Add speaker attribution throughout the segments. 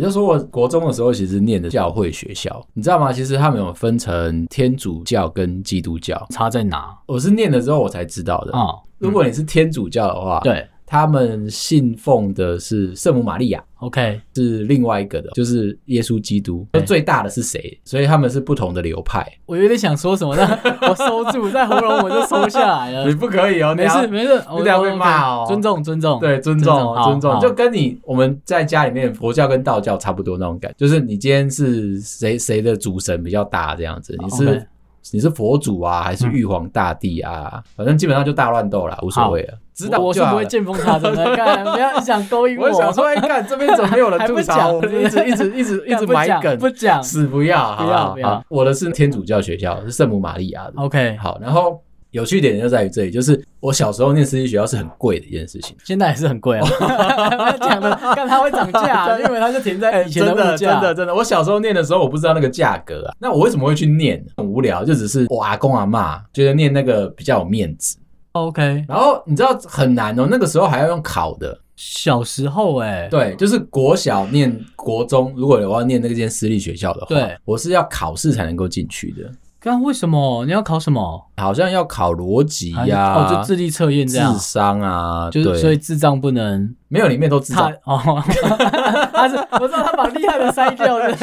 Speaker 1: 就说我国中的时候其实念的教会学校，你知道吗？其实他们有分成天主教跟基督教，
Speaker 2: 差在哪
Speaker 1: 我是念了之后我才知道的。
Speaker 2: 啊？
Speaker 1: 如果你是天主教的话，
Speaker 2: 对
Speaker 1: 他们信奉的是圣母玛利亚，
Speaker 2: ，OK，
Speaker 1: 是另外一个的，就是耶稣基督。
Speaker 2: 对
Speaker 1: 最大的是谁？所以他们是不同的流派。
Speaker 2: 我有点想说什 么，但我收住，在喉咙我就收下来了。
Speaker 1: 不可以哦
Speaker 2: 没事没事，我
Speaker 1: 你等下被骂哦
Speaker 2: 我尊重尊重，
Speaker 1: 对，尊
Speaker 2: 尊
Speaker 1: 重，
Speaker 2: 重
Speaker 1: 尊重，
Speaker 2: 好
Speaker 1: 就跟你我们在家里面佛教跟道教差不多那种感觉，就是你今天是谁谁的主神比较大这样子，你是
Speaker 2: OK 嗯
Speaker 1: 你是佛祖啊，还是玉皇大帝啊？反正基本上就大乱斗啦，无所谓了，知道
Speaker 2: 我我是
Speaker 1: 就好
Speaker 2: 不会
Speaker 1: 了。
Speaker 2: 见缝插针 的，干不要想勾引
Speaker 1: 我想说，哎，看这边怎么没有人
Speaker 2: 还不
Speaker 1: 吐槽？
Speaker 2: 讲
Speaker 1: 我们一直一直一 直一
Speaker 2: 干
Speaker 1: 直
Speaker 2: 不
Speaker 1: 埋
Speaker 2: 讲
Speaker 1: 梗，
Speaker 2: 不讲
Speaker 1: 死不要，好
Speaker 2: 不要
Speaker 1: 好
Speaker 2: 不要
Speaker 1: 好我的是天主教学校，是圣母玛利亚的。
Speaker 2: ，OK，
Speaker 1: 好，然后有趣点就在于这里，就是我小时候念私立学校是很贵的一件事情。
Speaker 2: 现在也是很 贵啊，不要讲了，看它会涨价，
Speaker 1: 真的
Speaker 2: 因为它是停在
Speaker 1: 哎
Speaker 2: 以前
Speaker 1: 真的
Speaker 2: 物价
Speaker 1: 真，的真的，我小时候念的时候，我不知道那个价格啊。那我为什么会去念？很无聊，就只是我阿公阿妈觉得念那个比较有面子。
Speaker 2: OK，
Speaker 1: 然后你知道很难哦，那个时候还要用考的。
Speaker 2: 小时候哎、
Speaker 1: 对，就是国小念国中，如果我要念那间私立学校的话，
Speaker 2: 对，
Speaker 1: 我是要考试才能够进去的，
Speaker 2: 刚为什么你要考什么？
Speaker 1: 好像要考逻辑
Speaker 2: 还是
Speaker 1: 呀、
Speaker 2: 哦，就智力测验这样
Speaker 1: 智，商啊，
Speaker 2: 就
Speaker 1: 对
Speaker 2: 是所以智障不能
Speaker 1: 没有里面都智
Speaker 2: 他
Speaker 1: 障。
Speaker 2: 哦， 他是我知道他把厉害的筛 掉的，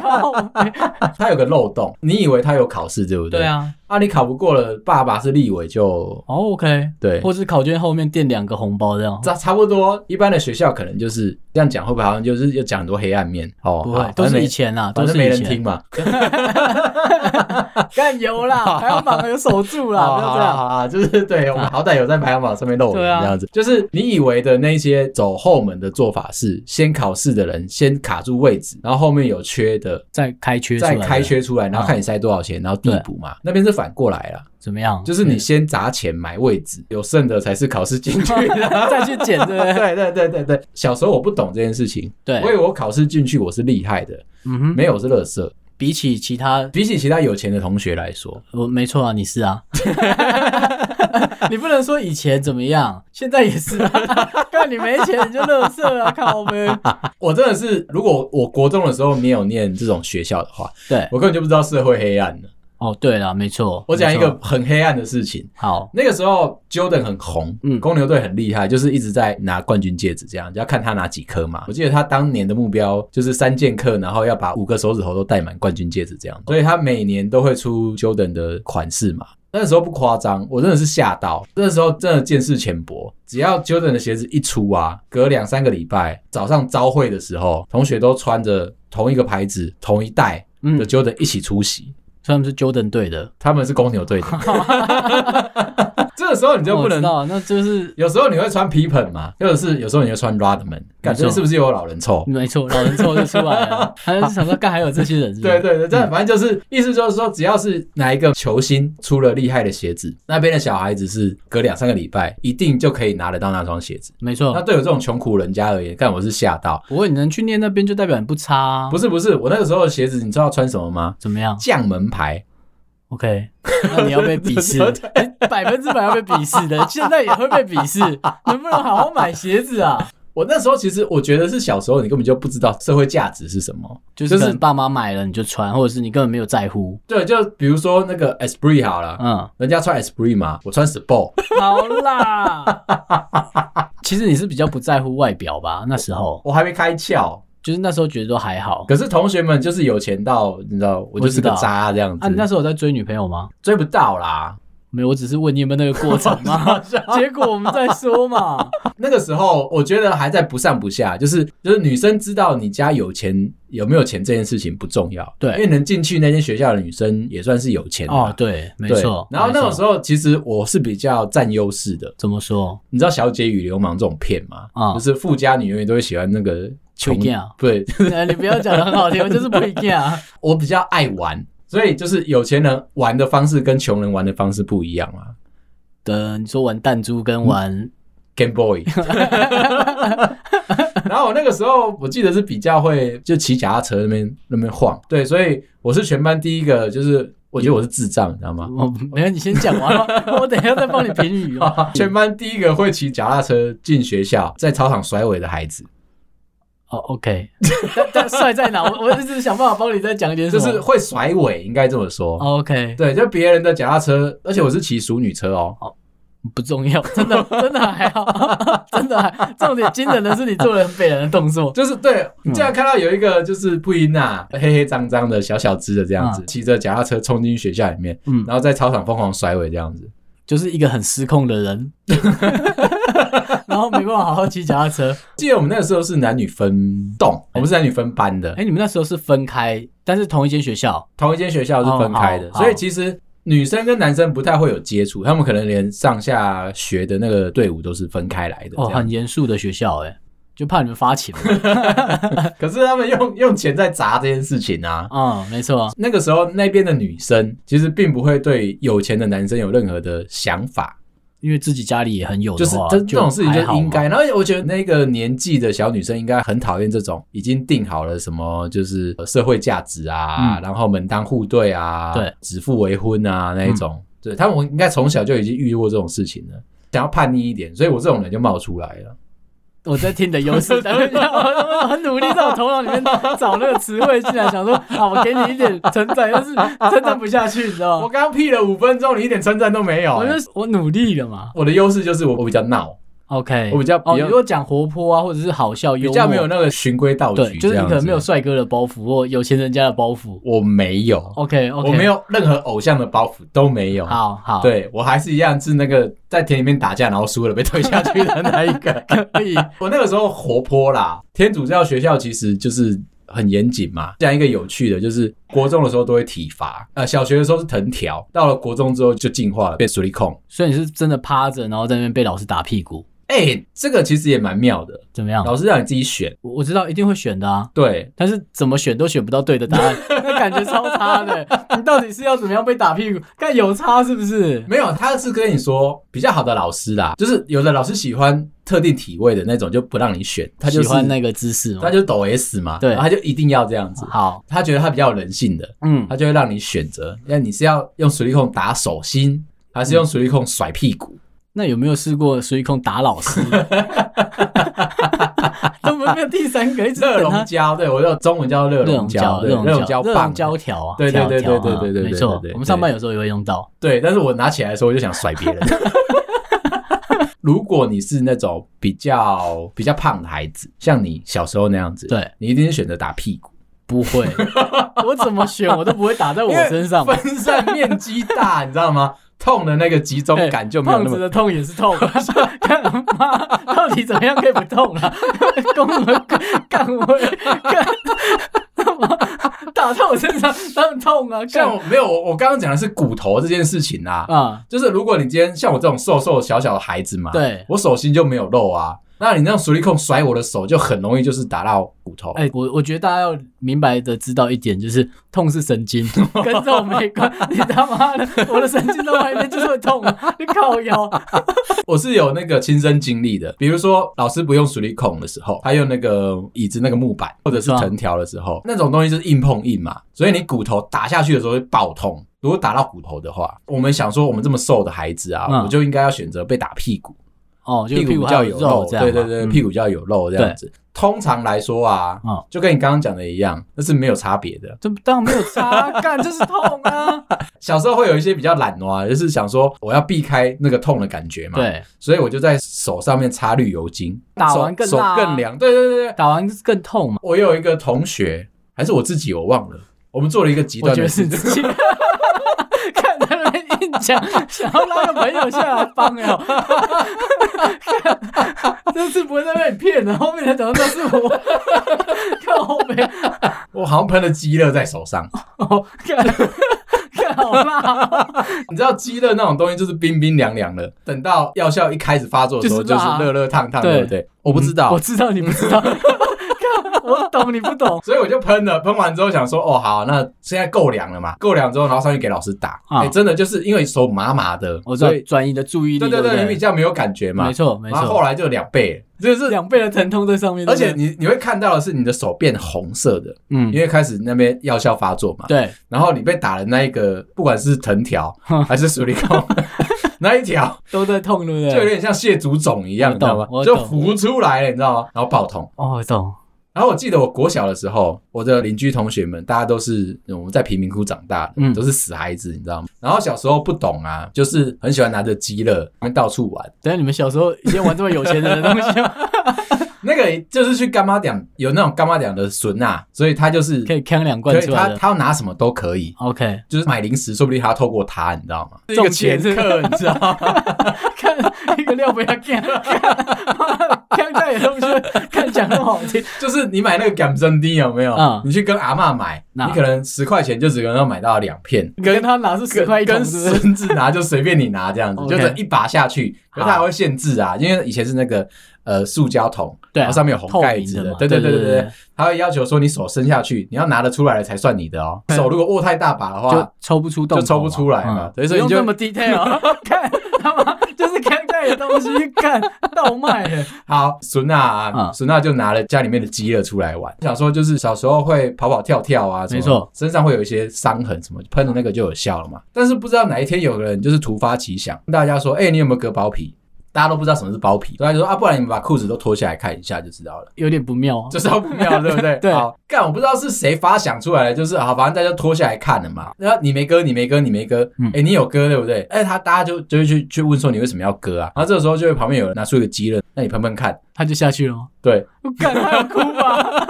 Speaker 2: 靠北
Speaker 1: 它有个漏洞，你以为它有考试对不对？
Speaker 2: 对，啊，
Speaker 1: 啊你考不过了，爸爸是立委就
Speaker 2: 哦 OK，
Speaker 1: 对，
Speaker 2: 或是考卷后面垫两个红包这样，
Speaker 1: 差差不多，一般的学校可能就是这样讲，会不会好像就是要讲很多黑暗面？哦，
Speaker 2: 不
Speaker 1: 好
Speaker 2: 会
Speaker 1: 反，
Speaker 2: 都
Speaker 1: 正
Speaker 2: 是
Speaker 1: 没
Speaker 2: 以前啊，
Speaker 1: 反
Speaker 2: 都
Speaker 1: 正
Speaker 2: 是
Speaker 1: 没
Speaker 2: 以
Speaker 1: 人
Speaker 2: 前
Speaker 1: 听，嘛。
Speaker 2: 干 油啦，还要忙有守住啦，不要这样，
Speaker 1: 啊，就是 对我们好歹有在排行榜上面露
Speaker 2: 对
Speaker 1: 脸
Speaker 2: 啊
Speaker 1: 这样子，就是你以为的那些走后门的做法是，先考试的人先卡住位置，然后后面有缺的
Speaker 2: 再开缺出来
Speaker 1: 再
Speaker 2: 的啊
Speaker 1: 开缺出来，然后看你塞多少钱，然后递补嘛。那边是反过来了，
Speaker 2: 怎么样？
Speaker 1: 就是你先砸钱买位置，有剩的才是考试进去的。
Speaker 2: 再去捡 对不对？
Speaker 1: 对对对对对，小时候我不懂这件事情， 我以
Speaker 2: 对，
Speaker 1: 为我考试进去我是厉害的，
Speaker 2: 嗯哼，
Speaker 1: 没有是乐色。
Speaker 2: 比起其他，
Speaker 1: 比起其他有钱的同学来说，
Speaker 2: 我没错啊，你 是啊。你不能说以前怎么样，现在也是 啊。看你没钱你就乐色啊，靠呗。
Speaker 1: 我真的是，如果我国中的时候没有念这种学校的话，
Speaker 2: 对，
Speaker 1: 我根本就不知道社会黑暗了。
Speaker 2: 哦，对了，没错。
Speaker 1: 我讲一
Speaker 2: 没
Speaker 1: 个
Speaker 2: 错
Speaker 1: 很黑暗的事情，
Speaker 2: 好，
Speaker 1: 那个时候 Jordan 很红，
Speaker 2: 嗯
Speaker 1: 公牛队很厉害，就是一直在拿冠军戒指，这样就要看他拿几颗嘛。我记得他当年的目标就是三剑客，然后要把五个手指头都戴满冠军戒指这样，所以他每年都会出 Jordan 的款式嘛。那时候不夸张，我真的是吓到。那时候真的见识浅薄，只要 Jordan 的鞋子一出啊，隔两三个礼拜早上朝会的时候，同学都穿着同一个牌子、同一代
Speaker 2: 嗯
Speaker 1: 的，Jordan 一起出席。
Speaker 2: 他们是 Jordan 队的，
Speaker 1: 他们是公牛队的， 这个时候你就不
Speaker 2: 哦我
Speaker 1: 能
Speaker 2: 知道，那 就是
Speaker 1: 有时候你会穿皮盆嘛，或者是有时候你会穿 Rodman，感觉
Speaker 2: 没错嗯
Speaker 1: 是不是有老人臭？
Speaker 2: 没错，老人臭就出来 了。他就是想说，干还有这些人是不是
Speaker 1: 对
Speaker 2: 嗯
Speaker 1: 对对，但反正就是意思就是说，只要是哪一个球星出了厉害的鞋子，那边的小孩子是隔两三个礼拜一定就可以拿得到那双鞋子。
Speaker 2: 没
Speaker 1: 那
Speaker 2: 错。
Speaker 1: 对我这种穷苦人家而言，但我是吓到。
Speaker 2: 不过你能去念那边，就代表你不差、啊。
Speaker 1: 不是不是，我那个时候的鞋子，你知道穿什么吗？
Speaker 2: 怎么样
Speaker 1: 将门牌，
Speaker 2: ？OK，那你要被鄙视
Speaker 1: 对，
Speaker 2: 你百分之百要被鄙视 的。现在也会被鄙视，能不能好好买鞋子啊？
Speaker 1: 我那时候其实我觉得是小时候你根本就不知道社会价值是什么，
Speaker 2: 就是
Speaker 1: 就是
Speaker 2: 可能爸妈买了你就穿，或者是你根本没有在乎。
Speaker 1: 对，就比如说那个 Esprit 好了，
Speaker 2: 嗯，
Speaker 1: 人家穿 Esprit 嘛，我穿 Sport，
Speaker 2: 好啦。 其实你是比较不在乎外表吧？那时候
Speaker 1: 我还没开窍。
Speaker 2: 就是那时候觉得都还好。
Speaker 1: 可是同学们就是有钱到，你知道，我就是个
Speaker 2: 我知道
Speaker 1: 渣这样子，
Speaker 2: 啊，你那时候有在追女朋友吗？
Speaker 1: 追不到啦。
Speaker 2: 没有，我只是问你有没有那个过程嘛， 结果我们再说嘛。
Speaker 1: 那个时候我觉得还在不上不下，就是就是女生知道你家有钱有没有钱这件事情不重要，
Speaker 2: 对
Speaker 1: 因为能进去那间学校的女生也算是有钱的嘛
Speaker 2: 哦，，对，没
Speaker 1: 对
Speaker 2: 错。
Speaker 1: 然后那种时
Speaker 2: 候
Speaker 1: 候其实我是比较占优势的，
Speaker 2: 怎么 说？
Speaker 1: 你知道《小姐与流氓》这种片吗？
Speaker 2: 啊
Speaker 1: 就是富家女永远都会喜欢那个穷
Speaker 2: 不一定啊，
Speaker 1: 对，
Speaker 2: 呃你不要讲的很好听，我就是不一样。
Speaker 1: 我比较爱玩，所以就是有钱人玩的方式跟穷人玩的方式不一样啊嘛。
Speaker 2: 的，你说玩弹珠跟 玩
Speaker 1: Game Boy，然后我那个时候我记得是比较会就骑脚踏车那边那边晃，对，所以我是全班第一个，就是我觉得我是智障，你知道吗？
Speaker 2: 我哦没有，你先讲 完吧，我等一下再帮你评语哦。
Speaker 1: 全班第一个会骑脚踏车进学校，在操场甩尾的孩子，
Speaker 2: 哦，OK，但 但帅在哪？我我一直想办法帮你再讲一点什
Speaker 1: 就
Speaker 2: 么。
Speaker 1: 是会甩尾，应该这么说。
Speaker 2: 哦 OK，
Speaker 1: 对，就别人的脚踏车，而且我是骑熟女车哦。
Speaker 2: 不重要，真的 真的还好， 真的还重点惊人的是你做了很北人的动作。
Speaker 1: 就是对，你竟然看到有一个就是布依娜，黑黑脏脏的、小小只的这样子，骑着脚踏车冲进学校里面，
Speaker 2: 嗯，
Speaker 1: 然后在操场疯狂甩尾这样子。
Speaker 2: 就是一个很失控的人， 然后没办法好好骑脚踏车。
Speaker 1: 记得我们那个时候是男女分栋，我们是男女分班的
Speaker 2: 哎、，你们那时候是分开，但是同一间学校。
Speaker 1: 同一间学校是分开的
Speaker 2: 哦，好
Speaker 1: 所以其实女生跟男生不太会有接触，他们可能连上下学的那个队伍都是分开来的。
Speaker 2: 哦，
Speaker 1: 这样
Speaker 2: 很严肃的学校、哎，就怕你们发情。
Speaker 1: 可是他们用用钱在砸这件事情啊。
Speaker 2: 嗯，没错。
Speaker 1: 那个时候那边的女生其实并不会对有钱的男生有任何的想法，
Speaker 2: 因为自己家里也很有
Speaker 1: 就
Speaker 2: 的
Speaker 1: 是
Speaker 2: 话，
Speaker 1: 这这种事情
Speaker 2: 还好
Speaker 1: 就
Speaker 2: 嘛
Speaker 1: 应该。然后我觉得那个年纪的小女生应该很讨厌这种已经定好了什么就是呃社会价值啊，
Speaker 2: 嗯
Speaker 1: 然后门当户对啊，
Speaker 2: 对，嗯
Speaker 1: 指腹为婚啊那一种。对他们应该从小就已经遇过这种事情了，想要叛逆一点，所以我这种人就冒出来了。
Speaker 2: 我在听你的 优势，但是我我很努力在我头脑里面找那个词汇进来，想说啊，我给你一点称赞，但是称赞不下去，你知道
Speaker 1: 我
Speaker 2: 吗？哦
Speaker 1: 刚刚屁了五分钟，你一点称赞都没有、
Speaker 2: 啊我
Speaker 1: 欸
Speaker 2: 就我努力了嘛。
Speaker 1: 我的优势就是我我比较闹，
Speaker 2: OK，
Speaker 1: 我比较比较
Speaker 2: 哦，你如果讲活泼啊，或者是好笑幽
Speaker 1: 比
Speaker 2: 默，
Speaker 1: 较没有那个循规蹈
Speaker 2: 对，
Speaker 1: 矩，
Speaker 2: 就是你可能
Speaker 1: 这
Speaker 2: 没有
Speaker 1: 样子，
Speaker 2: 帅哥的包袱或有钱人家的包袱。
Speaker 1: 我没有
Speaker 2: OK 哦 OK，
Speaker 1: 我没。有任何偶像的包袱都没有。
Speaker 2: 好好，，
Speaker 1: 对 我还是一样是那个在田里面打架然后输了被推下去的那一个。
Speaker 2: 可以。
Speaker 1: 我那个时候活泼啦，天主教学校其实就是很严谨嘛。讲一个有趣的，就是国中的时候都会体罚，呃，小学的时候是藤条，到了国中之后就进化了，变水力控。
Speaker 2: 所以你是真的趴着，然后在那边被老师打屁股，
Speaker 1: 哎、这个其实也蛮妙的，
Speaker 2: 怎么样？
Speaker 1: 老师让你自己选。
Speaker 2: 我我知道一定会选的啊，
Speaker 1: 对，
Speaker 2: 但是怎么选都选不到对的 答案，那感觉超差的。你到底是要怎么样被打屁股？看有差是不是？
Speaker 1: 没有，他是跟你说比较好的老师啦，就是有的老师喜欢特定体位的那种就不让你选，他就是
Speaker 2: 喜欢那个姿势吗
Speaker 1: 他？就抖 S 嘛，
Speaker 2: 对
Speaker 1: 然后他就一定要这样子，
Speaker 2: 好，
Speaker 1: 他觉得他比较有人性的，
Speaker 2: 嗯，
Speaker 1: 他就会让你选择，那你是要用水力控打手心，还
Speaker 2: 嗯
Speaker 1: 是用水力控甩屁股？
Speaker 2: 那有没有试过水控打 老师？怎么没有第三个？一直
Speaker 1: 热
Speaker 2: 等他
Speaker 1: 熔胶，对我用中文叫热
Speaker 2: 热
Speaker 1: 熔
Speaker 2: 熔
Speaker 1: 胶，
Speaker 2: 胶，
Speaker 1: 对
Speaker 2: 热
Speaker 1: 热
Speaker 2: 熔
Speaker 1: 熔胶
Speaker 2: 热
Speaker 1: 棒
Speaker 2: 熔，胶条啊，
Speaker 1: 对对对
Speaker 2: 条条
Speaker 1: 对
Speaker 2: 啊
Speaker 1: 对对对
Speaker 2: 没
Speaker 1: 对
Speaker 2: 错
Speaker 1: 对对，
Speaker 2: 我们上班有时候也会用到。
Speaker 1: 对。但是我拿起来的时候，我就想甩别人。 如果你是那种比较比较胖的孩子，像你小时候那样子，
Speaker 2: 对
Speaker 1: 你一定是选择打屁股，
Speaker 2: 不 会，我怎么选我都不会打在我身上。
Speaker 1: 分散面积大，你知道吗？痛的那个集中
Speaker 2: 哎
Speaker 1: 感就没有
Speaker 2: 胖
Speaker 1: 那
Speaker 2: 子
Speaker 1: 么。
Speaker 2: 的痛也是痛，干嘛？到底怎么样可以不痛啊？ 跟我们干我干，打在我身上当然痛 啊！
Speaker 1: 像
Speaker 2: 像
Speaker 1: 我没有我我刚刚讲的是骨头这件事情啊，
Speaker 2: 啊，
Speaker 1: 就是如果你今天像我这种瘦瘦小小的孩子嘛，
Speaker 2: 对
Speaker 1: 我手心就没有肉啊，那你那种手力控甩我的手就很容易就是打到骨头。
Speaker 2: 哎、我我觉得大家要明白的知道一点，就是痛是 神经，跟肉没关。你他妈的，我的神经在外面就是会痛，啊你靠腰。
Speaker 1: 我是有那个亲身经历的，比如说老师不用手力控的时候，他用那个椅子那个木板或者是
Speaker 2: 是啊
Speaker 1: 藤条的时候，那种东西就是硬碰硬嘛，所以你骨头打下去的时候会爆痛。如果打到骨头的话，我们想说我们这么瘦的孩子啊，
Speaker 2: 嗯
Speaker 1: 我就应该要选择被打屁股，
Speaker 2: 哦，就是
Speaker 1: 股
Speaker 2: 股
Speaker 1: 比
Speaker 2: 还
Speaker 1: 较
Speaker 2: 有
Speaker 1: 肉，
Speaker 2: 这样
Speaker 1: 对
Speaker 2: 嘛。
Speaker 1: 对对，屁股比较有肉这样子。通常来说啊，
Speaker 2: 嗯
Speaker 1: 就跟你刚刚讲的一样，那是没有差别的。
Speaker 2: 这当然没有 差，干就是痛啊。
Speaker 1: 小时候会有一些比较懒惰，啊就是想说我要避开那个痛的感觉嘛，，
Speaker 2: 对，
Speaker 1: 所以我就在手上面擦绿油精，
Speaker 2: 打完更
Speaker 1: 手
Speaker 2: 辣啊
Speaker 1: 手更凉。对对对对，
Speaker 2: 打完更痛嘛。
Speaker 1: 我有一个同学，还是我自己，我忘了，我们做了一个极
Speaker 2: 我
Speaker 1: 端
Speaker 2: 觉
Speaker 1: 的
Speaker 2: 得是
Speaker 1: 事情。
Speaker 2: 自己。 看他那边硬讲，想要拉个朋友下来帮哦， 这次不会再被你骗了。后面才讲到那是我， 看后面，
Speaker 1: 我好像喷了鸡乐在手上，
Speaker 2: 哦，看，看好辣哦，
Speaker 1: 你知道鸡乐那种东西就是冰冰凉凉的，等到药效一开始发作的时候，
Speaker 2: 就是
Speaker 1: 就
Speaker 2: 辣
Speaker 1: 是
Speaker 2: 啊
Speaker 1: 热热烫烫，
Speaker 2: 对嗯
Speaker 1: 对不对？我不知道
Speaker 2: 我，知道你不知道， 看我懂你不懂
Speaker 1: 所以我就喷了，喷完之后想说，哦，好，那现在够凉了嘛？够凉之后，然后上去给老师打。哎、
Speaker 2: 啊哦
Speaker 1: 真的就是因为手麻麻的，
Speaker 2: 我知道
Speaker 1: 所以
Speaker 2: 转移的注意力，
Speaker 1: 对
Speaker 2: 对
Speaker 1: 对
Speaker 2: 不
Speaker 1: 对，你比较没有感觉嘛
Speaker 2: 没。错没
Speaker 1: 然后后
Speaker 2: 错，
Speaker 1: 来就两倍，就是，
Speaker 2: 两倍的疼痛在上面，
Speaker 1: 而且
Speaker 2: 对不对
Speaker 1: 你你会看到的是你的手变红色的，因
Speaker 2: 嗯，
Speaker 1: 为开始那边药效发作嘛。
Speaker 2: 对，
Speaker 1: 然后你被打的那一个，不管是藤条
Speaker 2: 嗯
Speaker 1: 还是鼠力 控，那一条
Speaker 2: 都在痛，对不
Speaker 1: 就有
Speaker 2: 对？
Speaker 1: 点像蟹足肿一样，你知道吗
Speaker 2: 我懂？
Speaker 1: 就
Speaker 2: 我懂
Speaker 1: 浮出来了，你知道吗？然后爆痛。
Speaker 2: 哦，懂，
Speaker 1: 然后我记得我国小的时候，我的邻居同学们，大家都是嗯我们在贫民窟长大的，
Speaker 2: 嗯
Speaker 1: 都是死孩子，你知道吗？然后小时候不懂啊，就是很喜欢拿着鸡乐到处玩。
Speaker 2: 等下你们小时候以前玩这么有钱 人的东西吗，
Speaker 1: 那个就是去干妈店有那种干妈店的笋啊，所以他就是
Speaker 2: 可以扛两
Speaker 1: 可
Speaker 2: 罐
Speaker 1: 以
Speaker 2: 出
Speaker 1: 他
Speaker 2: 来的。
Speaker 1: 他要拿什么都可以，
Speaker 2: OK，
Speaker 1: 就是买零食，说不定还要透过他，你知道 吗？
Speaker 2: 种钱
Speaker 1: 是
Speaker 2: 是
Speaker 1: 一个掮客，你知道吗？
Speaker 2: 看一个料不要看，看在也东西，看讲那么好听。
Speaker 1: 就是你买那个港真丁有没有？
Speaker 2: 嗯
Speaker 1: 你去跟阿嬷买，
Speaker 2: 那
Speaker 1: 你可能十块钱就只能够买到两片，
Speaker 2: 你跟他拿是十块一桶，
Speaker 1: 跟
Speaker 2: 是不是？
Speaker 1: 孙子拿就随便你拿这样子，
Speaker 2: OK
Speaker 1: 就是一把下去，可是它还会限制啊，因为以前是那个呃塑胶桶，
Speaker 2: 对啊
Speaker 1: 然后上面有红盖子
Speaker 2: 透明的嘛
Speaker 1: 对对对
Speaker 2: 对
Speaker 1: 对
Speaker 2: 对
Speaker 1: 对
Speaker 2: 对
Speaker 1: 对，他会要求说你手伸下去，你要拿得出来的才算你的哦，
Speaker 2: 嗯
Speaker 1: 手如果握太大把的话
Speaker 2: 就。抽不出洞口嘛，
Speaker 1: 就抽不出来嘛
Speaker 2: 嗯
Speaker 1: 对所以
Speaker 2: 不
Speaker 1: 你
Speaker 2: 用
Speaker 1: 就
Speaker 2: 那么 detail，看他妈就是看在的东西，看倒卖的。
Speaker 1: 好，孙娜啊，
Speaker 2: 嗯
Speaker 1: 孙娜就拿了家里面的鸡乐出来玩，想说就是小时候会跑跑跳跳啊，什么
Speaker 2: 没错，
Speaker 1: 身上会有一些伤痕什么，喷的那个就有效了嘛。但是不知道哪一天有个人就是突发奇想，问大家说，哎、你有没有割包皮？大家都不知道什么是包皮，所以他就说啊，不然你们把裤子都脱下来看一下就知道了。
Speaker 2: 有点不妙啊。
Speaker 1: 这招不妙，对不对？
Speaker 2: 对
Speaker 1: 好，干，我不知道是谁发想出来的，就是好，反正大家脱下来看了嘛。然后你没割，你没割，你没割，哎、
Speaker 2: 嗯
Speaker 1: 你有割，对不对？哎、他大家就就会去去问说你为什么要割啊？然后这个时候就会旁边有人拿出一个鸡了，那你喷喷看，
Speaker 2: 他就下去了吗？
Speaker 1: 对。
Speaker 2: 我感他有哭吧？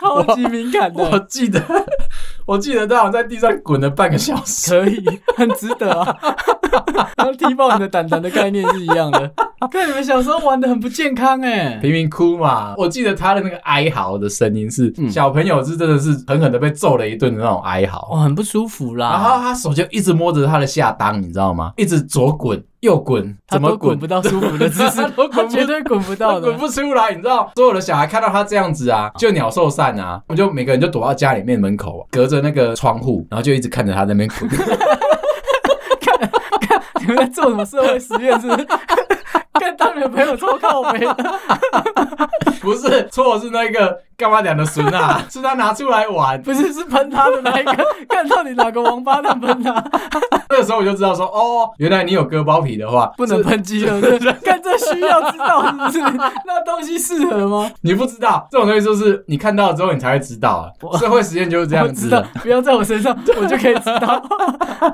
Speaker 2: 超级敏感
Speaker 1: 我
Speaker 2: 的，
Speaker 1: 记得，我记得他好像在地上滚了半个小时。
Speaker 2: 可以，很值得啊。 跟踢爆你的胆胆的概念是一样的。看你们小时候玩的很不健康哎、
Speaker 1: 贫民窟嘛，我记得他的那个哀嚎的声音是、
Speaker 2: 嗯
Speaker 1: 小朋友是真的是狠狠的被揍了一顿的那种哀嚎。
Speaker 2: 哦，很不舒服
Speaker 1: 然后
Speaker 2: 啦。
Speaker 1: 他手就一直摸着他的下裆，你知道吗？一直左滚右滚，
Speaker 2: 他
Speaker 1: 怎么
Speaker 2: 都滚不到舒服的姿势
Speaker 1: 他都，
Speaker 2: 他
Speaker 1: 滚不
Speaker 2: 绝对滚不到
Speaker 1: 滚
Speaker 2: 的。
Speaker 1: 不出来，你知道？所有的小孩看到他这样子啊，就鸟兽散啊，我们就每个人就躲到家里面门口、啊隔着那个窗户，然后就一直看着他在那边滚。
Speaker 2: 你们在做什么社会实验？是不是？ 看当你的朋友抽靠背，
Speaker 1: 不是错，是那个干嘛讲的孙啊， 是他拿出来玩。
Speaker 2: 不是是喷他的那一个，看到底哪个王八蛋喷他，
Speaker 1: 那个时候我就知道说，哦，原来你有割包皮的话，
Speaker 2: 不能
Speaker 1: 是
Speaker 2: 喷鸡了，是不是？看这需要知道是不是？那东西适合吗？
Speaker 1: 你不知道这种东西，就是你看到了之后你才会知道啊。社会实验就是这
Speaker 2: 我
Speaker 1: 样
Speaker 2: 知
Speaker 1: 子
Speaker 2: 道
Speaker 1: 的。，
Speaker 2: 不要在我身上，我就可以知道。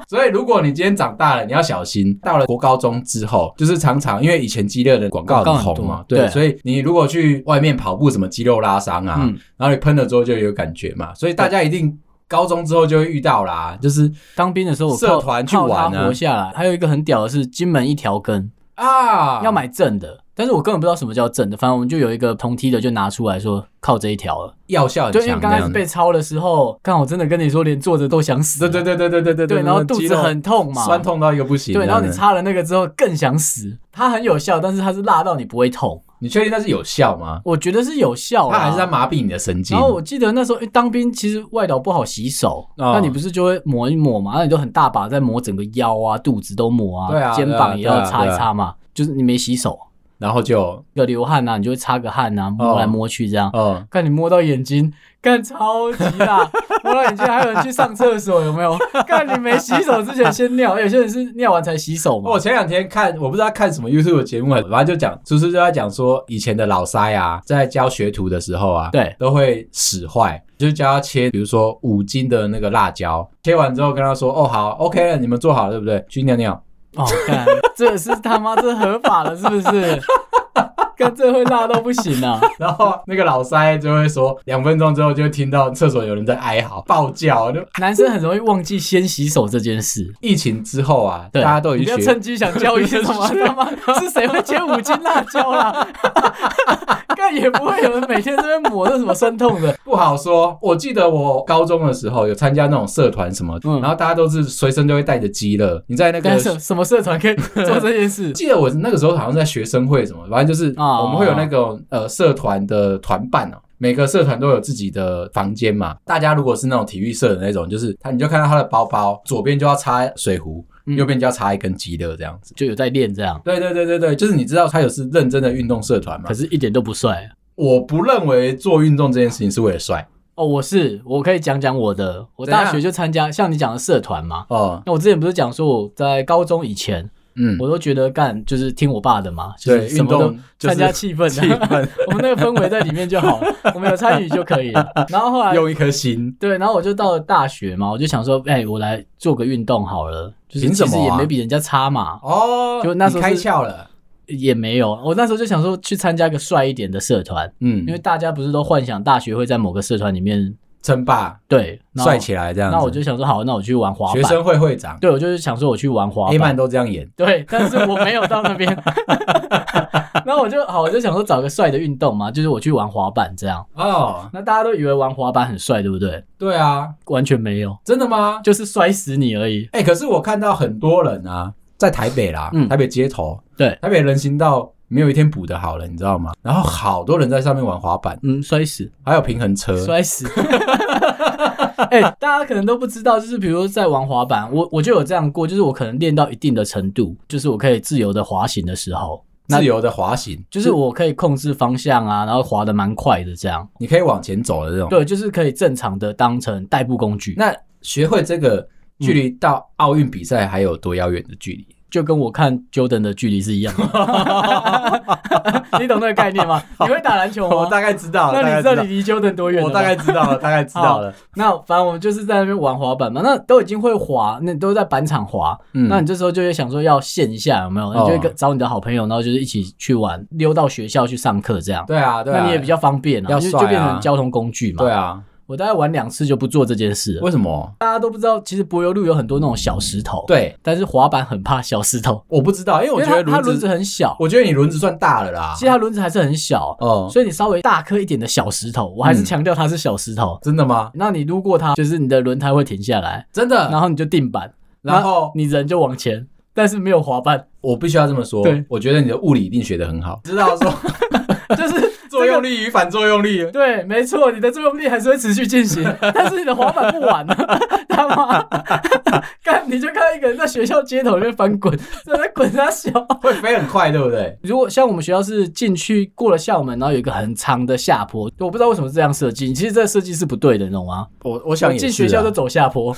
Speaker 1: 所以，如果你今天长大了，你要小心。到了国高中之后，就是常常因为以前肌肉的广告
Speaker 2: 广告
Speaker 1: 很
Speaker 2: 很
Speaker 1: 红嘛
Speaker 2: 多，
Speaker 1: 对，
Speaker 2: 对
Speaker 1: 所以你如果去外面跑步，什么肌肉拉伤啊，
Speaker 2: 嗯
Speaker 1: 然后你喷了之后就有感觉嘛，所以大家一定高中之后就会遇到啦，就是
Speaker 2: 当兵的时候我靠，
Speaker 1: 社团去
Speaker 2: 靠
Speaker 1: 玩啊
Speaker 2: 它活下来。还有一个很屌的是金门一条根，
Speaker 1: 啊，
Speaker 2: 要买正的，但是我根本不知道什么叫正的。反正我们就有一个同梯的就拿出来说靠这一条了。
Speaker 1: 药效很
Speaker 2: 就因为
Speaker 1: 强
Speaker 2: 刚
Speaker 1: 那
Speaker 2: 开始
Speaker 1: 样
Speaker 2: 被抄的时候，看我真的跟你说，连坐着都想死。
Speaker 1: 对对对对对对对
Speaker 2: 对，然后肚
Speaker 1: 肌
Speaker 2: 子
Speaker 1: 肉
Speaker 2: 很痛嘛，
Speaker 1: 酸。痛啊到一个不行，
Speaker 2: 对，然后你
Speaker 1: 这样子
Speaker 2: 擦了那个之后更想死。它很有效，但是它是辣到你不会痛，
Speaker 1: 你确定它是有效吗？
Speaker 2: 我觉得是有效啦。
Speaker 1: 它还是在麻痹你的神经
Speaker 2: 然。后我记得那时候、因为当兵，其实外岛不好洗手，
Speaker 1: 哦
Speaker 2: 那你不是就会抹一抹嘛？那你就很大把在抹整个腰啊、肚子都抹啊，
Speaker 1: 对啊
Speaker 2: 肩膀也要擦一
Speaker 1: 对啊对
Speaker 2: 擦嘛。就是你没洗手，
Speaker 1: 然后就
Speaker 2: 要流汗啊，你就会擦个汗
Speaker 1: 哦
Speaker 2: 啊，摸来摸去这样。
Speaker 1: 嗯，
Speaker 2: 看你摸到眼睛，干超级大， 摸到眼睛还有人去上厕所有没有？看你没洗手之前先尿，有些人是尿完才洗手嘛
Speaker 1: 哦我。前两天看，我不知道看什么 YouTube 的节目，啊反正就讲，就是就在讲说，以前的老塞啊，在教学徒的时候啊，
Speaker 2: 对，
Speaker 1: 都会使坏，就是教他切，比如说五斤的那个辣椒，切完之后跟他说，哦好，OK 了，你们做好了对不对？去尿尿。
Speaker 2: 哦，干，这是他妈这合法了是不是？干这会辣到不行啊！
Speaker 1: 然后那个老塞就会说，两分钟之后就会听到厕所有人在哀嚎、暴叫。就
Speaker 2: 男生很容易忘记先洗手这 件事。
Speaker 1: 疫情之后啊，大
Speaker 2: 对，
Speaker 1: 家都已
Speaker 2: 你不
Speaker 1: 经
Speaker 2: 要
Speaker 1: 学
Speaker 2: 趁。机想教育 什么，他妈是谁会切五斤辣椒啦？ 但也不会有人每天这边抹那什么酸 痛的，
Speaker 1: 不好说，我记得我高中的时候有参加那种社团什么，
Speaker 2: 嗯
Speaker 1: 然后大家都是随身都会带着鸡乐。你在那个
Speaker 2: 但是什么社团可以做这 件事？
Speaker 1: 记得我那个时候好像在学生会什么，反正就是
Speaker 2: 哦
Speaker 1: 我们会有那种呃社团的团办哦、每个社团都有自己的房间嘛。大家如果是那种体育社的那种，就是他你就看到他的包包，左边就要插水壶，
Speaker 2: 嗯
Speaker 1: 右边就要插一根鸡的这样子。
Speaker 2: 就有在练这样，
Speaker 1: 对对对对对，就是你知道他有是认真的运动社团嘛
Speaker 2: 可？是一点都不帅。
Speaker 1: 我不认为做运动这件事情是为了帅
Speaker 2: 哦，我是我可以讲讲我的，我
Speaker 1: 怎样
Speaker 2: 大学就参加像你讲的社团嘛。
Speaker 1: 哦、
Speaker 2: 那我之前不是讲说我在高中以前
Speaker 1: 嗯，
Speaker 2: 我都 觉得干就是听我爸的嘛，就
Speaker 1: 对
Speaker 2: 是什
Speaker 1: 运
Speaker 2: 么都
Speaker 1: 动就是
Speaker 2: 参加气氛
Speaker 1: 气
Speaker 2: 的，
Speaker 1: 氛
Speaker 2: 我们那个氛围在里面就好了，我们有参与就可 以了。然后后来
Speaker 1: 用一颗心，
Speaker 2: 对，然后我就到了大学嘛，我就想说，哎、我来做个运动好了，就是
Speaker 1: 凭什
Speaker 2: 其
Speaker 1: 么
Speaker 2: 实
Speaker 1: 啊
Speaker 2: 也没比人家差嘛，
Speaker 1: 哦
Speaker 2: 就那时候
Speaker 1: 你开
Speaker 2: 是
Speaker 1: 窍了，
Speaker 2: 也没有。我那时候就想说去参加个帅一点的社团，
Speaker 1: 嗯，
Speaker 2: 因为大家不是都幻想大学会在某个社团里面
Speaker 1: 称霸
Speaker 2: 对然后
Speaker 1: 帅起来这样子，
Speaker 2: 那我就想说，好，那我去玩滑
Speaker 1: 学
Speaker 2: 板。
Speaker 1: 生会会长
Speaker 2: 对，我就是想说我去玩滑
Speaker 1: A
Speaker 2: 板
Speaker 1: 曼。都这样演，
Speaker 2: 对，但是我没有到那边。 然后我就好，我就想说找个帅的运动嘛，就是我去玩滑板这样。
Speaker 1: 哦，
Speaker 2: 那大家都以为玩滑板很帅，对不对？
Speaker 1: 对啊，
Speaker 2: 完全没有，
Speaker 1: 真的吗？
Speaker 2: 就是摔死你而已。
Speaker 1: 哎、可是我看到很多人啊，在台北啦，
Speaker 2: 嗯
Speaker 1: 台北街头，
Speaker 2: 对
Speaker 1: 台北人行道没有一天补的好了，你知道吗？然后好多人在上面玩滑板，
Speaker 2: 嗯，摔死。
Speaker 1: 还有平衡车，
Speaker 2: 摔死。 哎、大家可能都不知道，就是比如说在玩滑板，我我就有这样过，就是我可能练到一定的程度，就是我可以自由的滑行的时候，
Speaker 1: 自由的滑行，
Speaker 2: 就是我可以控制方向啊，然后滑的蛮快的这样。
Speaker 1: 你可以往前走的这种。，
Speaker 2: 对，就是可以正常的当成代步工具，那
Speaker 1: 那学会这个距离到奥运比赛还有多遥远的距离？
Speaker 2: 就跟我看 Jordan 的距离是 一样的。你懂那个概念吗？你会打篮球吗？
Speaker 1: 概知道
Speaker 2: 嗯那你知道你离 Jordan 多远了吗？
Speaker 1: 知道了，大概知
Speaker 2: 道了。那反正我们就是在那边玩滑板嘛，那都已经会滑，那都在板场滑，
Speaker 1: 嗯哦
Speaker 2: 那你这时候就会想说要线下有没有？你就会跟找你的好朋友，然后就是一起去玩，溜到学校去上课这样。
Speaker 1: 对啊，对啊，
Speaker 2: 那你也比较方便啊，
Speaker 1: 要
Speaker 2: 因为
Speaker 1: 帅啊
Speaker 2: 就变成交通工具嘛。
Speaker 1: 对，啊。
Speaker 2: 我大概玩两次就不做这件事了。
Speaker 1: 为什么？
Speaker 2: 大家都不知道，其实柏油路有很多那种小石头，，
Speaker 1: 对，
Speaker 2: 但是滑板很怕小石头，
Speaker 1: 我不知道，因为 我觉得
Speaker 2: 因为它它
Speaker 1: 轮
Speaker 2: 轮
Speaker 1: 子，啊
Speaker 2: 子很小，
Speaker 1: 我觉得你轮子算大了啦
Speaker 2: 其。实它轮子还是很小，
Speaker 1: 哦，
Speaker 2: 所以你稍微大颗一点的小石头，我还是
Speaker 1: 嗯
Speaker 2: 强调它是小石头。
Speaker 1: 真的吗？
Speaker 2: 那你撸过它，就是你的轮胎会停下来，
Speaker 1: 真的。
Speaker 2: 然后你就定板，
Speaker 1: 然后
Speaker 2: 你人就往前，但是没有滑板，
Speaker 1: 我必须要这么说
Speaker 2: 对，
Speaker 1: 我觉得你的物理一定学得很好，知道说
Speaker 2: 就是
Speaker 1: 作用力与反作用力。
Speaker 2: 对，没错，你的作用力还是会持续进 行，但是你的滑板不啊玩了， 他妈，看你就看到一个人在学校街头里面翻滚，在那滚他小。
Speaker 1: 会飞很快，对不对？
Speaker 2: 如果像我们学校是进去过了校门，然后有一个很长的下坡，我不知道为什么是这样设计，其实这个设计是不对的，你懂吗？
Speaker 1: 我我想也是啊
Speaker 2: 进学校就走下 坡，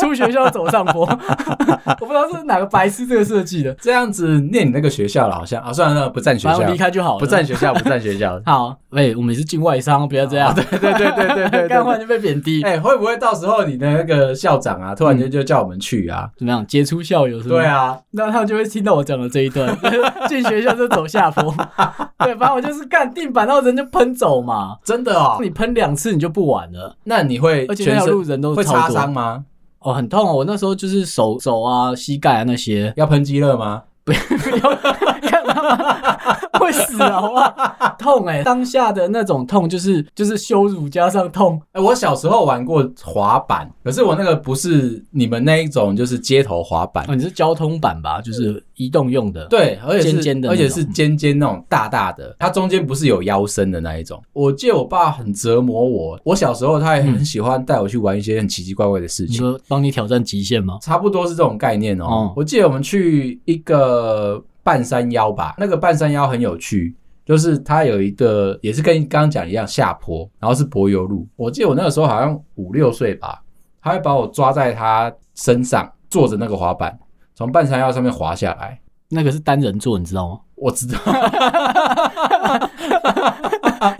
Speaker 2: 出学校走上 坡，我不知道是哪个白痴这个设计的，
Speaker 1: 这样子念你那个学校了，好像啊，算了算了，不占学
Speaker 2: 反正我
Speaker 1: 校
Speaker 2: 离，开就好了。。
Speaker 1: 不占学校，不占学校
Speaker 2: 好，哎、我们也是境外商，不要这 样，
Speaker 1: 对对对对对对 对。
Speaker 2: 干换就被贬 低。
Speaker 1: 哎，会不会到时候你的那个校长啊，突然间就叫我们去啊？
Speaker 2: 怎么样？杰出校友是吗？
Speaker 1: 对，啊，
Speaker 2: 那他们就会听到我讲的这一段， 进学校就走 下坡。对，反正我就是干定板，然后人就喷走嘛。
Speaker 1: 真的哦。
Speaker 2: 你喷两次你就不玩了，
Speaker 1: 那你会
Speaker 2: 而且
Speaker 1: 全
Speaker 2: 那条路
Speaker 1: 身
Speaker 2: 人都
Speaker 1: 会
Speaker 2: 超
Speaker 1: 擦
Speaker 2: 多
Speaker 1: 伤吗？，
Speaker 2: 哦，很痛哦。我那时候就是手手啊、膝盖啊那些
Speaker 1: 要喷激乐吗？
Speaker 2: 干嘛会死啊！好不好痛哎、当下的那种痛就是就是羞辱加上痛，
Speaker 1: 哎、我小时候玩过滑板，可是我那个不是你们那一种，就是街头滑板。
Speaker 2: 哦，你是交通板吧？就是移动用的。
Speaker 1: 对，而且是
Speaker 2: 尖尖的那
Speaker 1: 而
Speaker 2: 种
Speaker 1: 且是尖尖那种大大的，它中间不是有腰身的那一种。我记得我爸很折磨我，我小时候他也
Speaker 2: 嗯
Speaker 1: 很喜欢带我去玩一些很奇奇怪怪的事
Speaker 2: 你
Speaker 1: 情，
Speaker 2: 说帮你挑战极限吗？
Speaker 1: 差不多是这种概念哦、
Speaker 2: 哦
Speaker 1: 我记得我们去一个半山腰吧，那个半山腰很有趣。就是它有一个，也是跟刚刚讲一样下坡，然后是柏油路。我记得我那个时候好像五六岁吧，他会把我抓在他身上，坐着那个滑板，从半山腰上面滑下来。
Speaker 2: 那个是单人座，你知道吗？
Speaker 1: 我知道，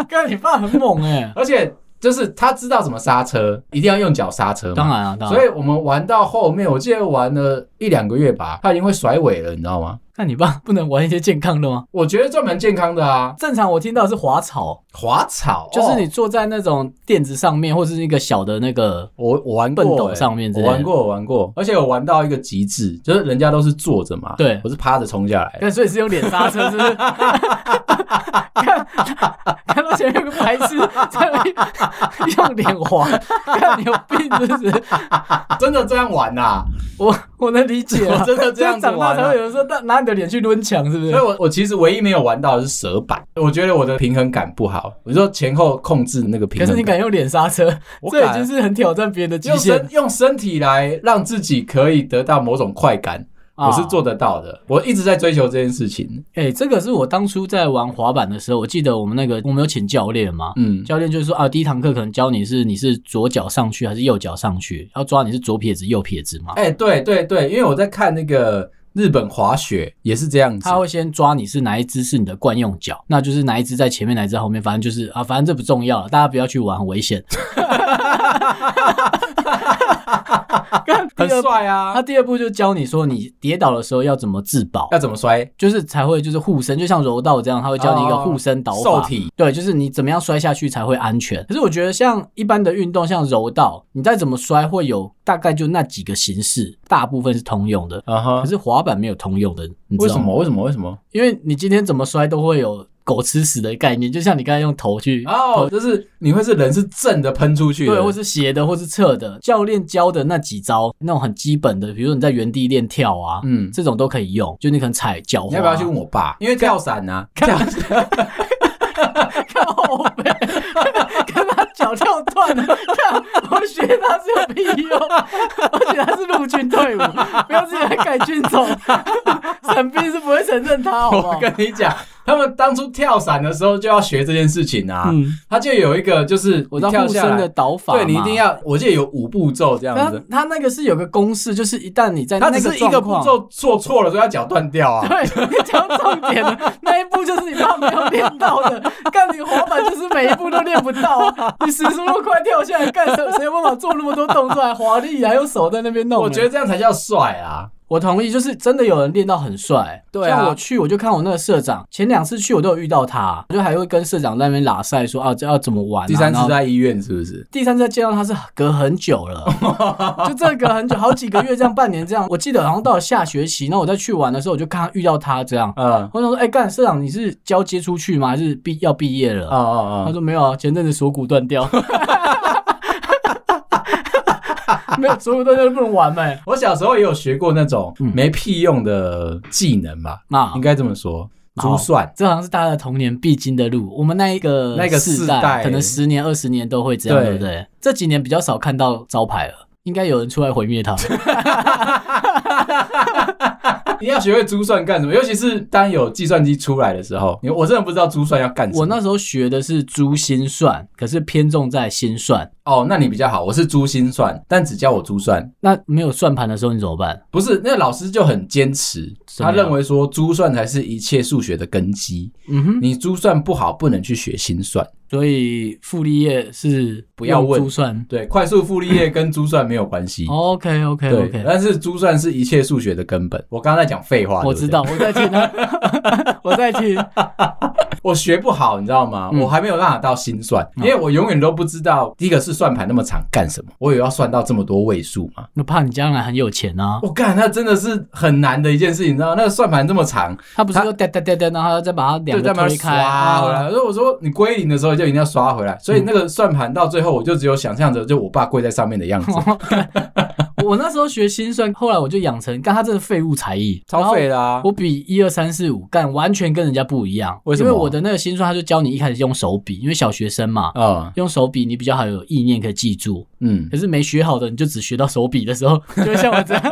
Speaker 2: 哥，你爸很猛哎、
Speaker 1: 而且就是他知道怎么刹车，一定要用脚刹车嘛。
Speaker 2: 当然啊，当然。
Speaker 1: 所以我们玩到后面，我记得玩了一两个月吧，他已经会甩尾了，你知道吗？
Speaker 2: 那你爸不能玩一些健康的吗？
Speaker 1: 我觉得这蛮健康的啊，
Speaker 2: 正常我听到的是滑草，
Speaker 1: 滑草
Speaker 2: 就是你
Speaker 1: 哦
Speaker 2: 坐在那种垫子上面，或是一个小的那个，
Speaker 1: 我我玩过、
Speaker 2: 笨斗
Speaker 1: 欸
Speaker 2: 上面之
Speaker 1: 我
Speaker 2: 类的
Speaker 1: 玩过，我玩过，而且我玩到一个极致，就是人家都是坐着嘛，
Speaker 2: 对
Speaker 1: 我是趴着冲下来。
Speaker 2: 看所以是用脸刹车，是不是？ 看看到前面有个白痴在那边用脸滑，看你有病是不是？
Speaker 1: 啊真的这样玩呐、
Speaker 2: 我我能理解啊，
Speaker 1: 我真的这样子
Speaker 2: 就长大
Speaker 1: 玩啊
Speaker 2: 才会有人说拿拿你的脸去抡墙， 是不是
Speaker 1: 所以？我我其实唯一没有玩到的是蛇板，我觉得我的平衡感不好，我就前后控制那个平衡
Speaker 2: 可是
Speaker 1: 感。
Speaker 2: 你敢用脸刹车，
Speaker 1: 我
Speaker 2: 这已
Speaker 1: 敢
Speaker 2: 经是很挑战别人的极
Speaker 1: 用
Speaker 2: 限
Speaker 1: 身。用身体来让自己可以得到某种快感，
Speaker 2: 啊
Speaker 1: 我是做得到的。我一直在追求这件事情。
Speaker 2: 哎、这个是我当初在玩滑板的时候，我记得我们那个我们有请教练嘛，
Speaker 1: 嗯，
Speaker 2: 教练就是说啊，第一堂课可能教你是你是左脚上去还是右脚上去，要抓你是左撇子右撇子嘛。
Speaker 1: 哎、对对对，因为我在看那个。日本滑雪也是这样子
Speaker 2: 他，会先抓你是哪一只是你的惯用脚，那就是哪一只在前面，哪一只在后面，反正就是啊，反正这不重要，大家不要去玩，很危险。干
Speaker 1: 很
Speaker 2: 第二
Speaker 1: 帅啊
Speaker 2: 他！第二步就教你说你跌倒的时候要怎么自保
Speaker 1: 要，怎么摔？
Speaker 2: 就是才会就是护身，就像柔道这样，他会教你一个护身倒
Speaker 1: 受
Speaker 2: 法。
Speaker 1: 体
Speaker 2: 对，就是你怎么样摔下去才会安全。可是我觉得像一般的运动，像柔道，你再怎么摔会有大概就那几个形式，大部分是通用的。
Speaker 1: 啊哈
Speaker 2: 可！是滑板没有通用的，你
Speaker 1: 为
Speaker 2: 知道
Speaker 1: 什
Speaker 2: 吗？
Speaker 1: 么？为什么？为什么？
Speaker 2: 因为你今天怎么摔都会有狗吃屎的概念，就 像你刚才用头去，
Speaker 1: 哦，就是你会是人是正的喷出去的，
Speaker 2: 啊对，或是斜的，或是侧的。教练教的那几招，那种很基本的，比如说你在原地练跳啊，
Speaker 1: 嗯，
Speaker 2: 这种都可以用。就你可能踩脚滑，
Speaker 1: 你要不要去问我爸？因为跳伞啊呐，跳
Speaker 2: 靠背？看他脚跳断了， 看我学他是有屁用， 而且他是陆军队伍，不要自己来改军种， 沈斌是不会承认他，好不
Speaker 1: 我
Speaker 2: 好？
Speaker 1: 跟你讲，他们当初跳伞的时候就要学这件事情啊。
Speaker 2: 嗯，
Speaker 1: 他就有一个就是
Speaker 2: 我
Speaker 1: 你
Speaker 2: 知道
Speaker 1: 跳
Speaker 2: 护
Speaker 1: 下
Speaker 2: 身
Speaker 1: 来，
Speaker 2: 的导法嘛，
Speaker 1: 对你一定要，我记得有五步骤这样
Speaker 2: 他
Speaker 1: 子。
Speaker 2: 他那个是有个公式，就是一旦你在
Speaker 1: 他
Speaker 2: 那
Speaker 1: 只是一
Speaker 2: 个
Speaker 1: 个
Speaker 2: 状
Speaker 1: 步
Speaker 2: 况，
Speaker 1: 骤做错了，所以他脚断掉啊。
Speaker 2: 对你讲重点了， 那一步就是你爸没有练到的。干你滑板就是每一步都练不到啊，你时速都快跳下来，干谁谁有办法做那么多动作还华丽，还用手在那边弄？
Speaker 1: 我觉得这样才叫帅啊！
Speaker 2: 我同意，就是真的有人练到很帅。
Speaker 1: 对啊
Speaker 2: 像我去，我就看我那个社长，前两次去我都有遇到他，我就还会跟社长在那边拉塞说啊，这要怎么玩、啊。
Speaker 1: 第三
Speaker 2: 然
Speaker 1: 次
Speaker 2: 后
Speaker 1: 在医院是不是？
Speaker 2: 第三次见到他是隔很久 了，就这隔很久，好几个月这样，半年这样。我记得好像到了下学期，那我再去玩的时候，我就看他遇到他这样，
Speaker 1: 嗯，
Speaker 2: 我想说，哎、干社长，你是交接出去吗？还是毕要毕业了？
Speaker 1: 哦哦
Speaker 2: 他
Speaker 1: 哦，
Speaker 2: 说没有啊，前阵子锁骨断掉， 没有锁骨断掉就不能玩呗、
Speaker 1: 我小时候也有学过那种
Speaker 2: 嗯
Speaker 1: 没屁用的技能吧，
Speaker 2: 那
Speaker 1: 应该这么说，
Speaker 2: 好
Speaker 1: 珠算。
Speaker 2: 这好像是大家的童年必经的路。我们那一个
Speaker 1: 那个
Speaker 2: 世
Speaker 1: 世代
Speaker 2: 可能十年二十年都会这样，
Speaker 1: 对
Speaker 2: 对不对？这几年比较少看到招牌了。应该有人出来毁灭它。
Speaker 1: 你要学会珠算干什么？尤其是当有计算机出来的时候，你我真的不知道珠算要干什么。
Speaker 2: 我那时候学的是珠心算，可是偏重在心算。
Speaker 1: 哦，那你比较好，我是珠心算，但只教我珠算。
Speaker 2: 那没有算盘的时候你怎么办？
Speaker 1: 不是，那老师就很坚持，
Speaker 2: 怎么
Speaker 1: 他
Speaker 2: 样
Speaker 1: 认为说珠算才是一切数学的根基，
Speaker 2: 嗯哼，
Speaker 1: 你珠算不好，不能去学心算。
Speaker 2: 所以傅立叶是
Speaker 1: 不要问
Speaker 2: 用珠算。
Speaker 1: 对，快速复利业跟珠算没有关系。
Speaker 2: OK OK
Speaker 1: 对
Speaker 2: OK，
Speaker 1: 但是珠算是一切数学的根本。我刚刚在讲废话，
Speaker 2: 我
Speaker 1: 对不
Speaker 2: 知
Speaker 1: 对
Speaker 2: 道，，我在听啊， 我在听。
Speaker 1: 我学不好，你知道吗？
Speaker 2: 嗯
Speaker 1: 我还没有办法到心算，因为我永远都不知道，第一个是算盘那么长干什么，我也要算到这么多位数嘛。
Speaker 2: 那怕你将来很有钱啊，
Speaker 1: 我干，那真的是很难的一件事情，你知道吗？那个算盘这么长，
Speaker 2: 他不是
Speaker 1: 他
Speaker 2: 说哒哒哒哒，然后再把它两
Speaker 1: 就
Speaker 2: 个
Speaker 1: 在那边
Speaker 2: 推开
Speaker 1: 刷回
Speaker 2: 啊？
Speaker 1: 来。所以我说你归零的时候就一定要刷回来，所
Speaker 2: 嗯
Speaker 1: 以那个算盘到最后我就只有想象着就我爸跪在上面的 样子，
Speaker 2: 我那时候学心算，后来我就养成，干他这个废物才艺，
Speaker 1: 超废啊啦、
Speaker 2: 我比一二三四五干完全跟人家不一样，
Speaker 1: 为什么
Speaker 2: 因为我的那个心算，他就教你一开始用手比，因为小学生嘛，
Speaker 1: 啊，
Speaker 2: 用手比你比较好有意念可以记住。
Speaker 1: 嗯，
Speaker 2: 可是没学好的，你就只学到手比的时 候，就会像我这样，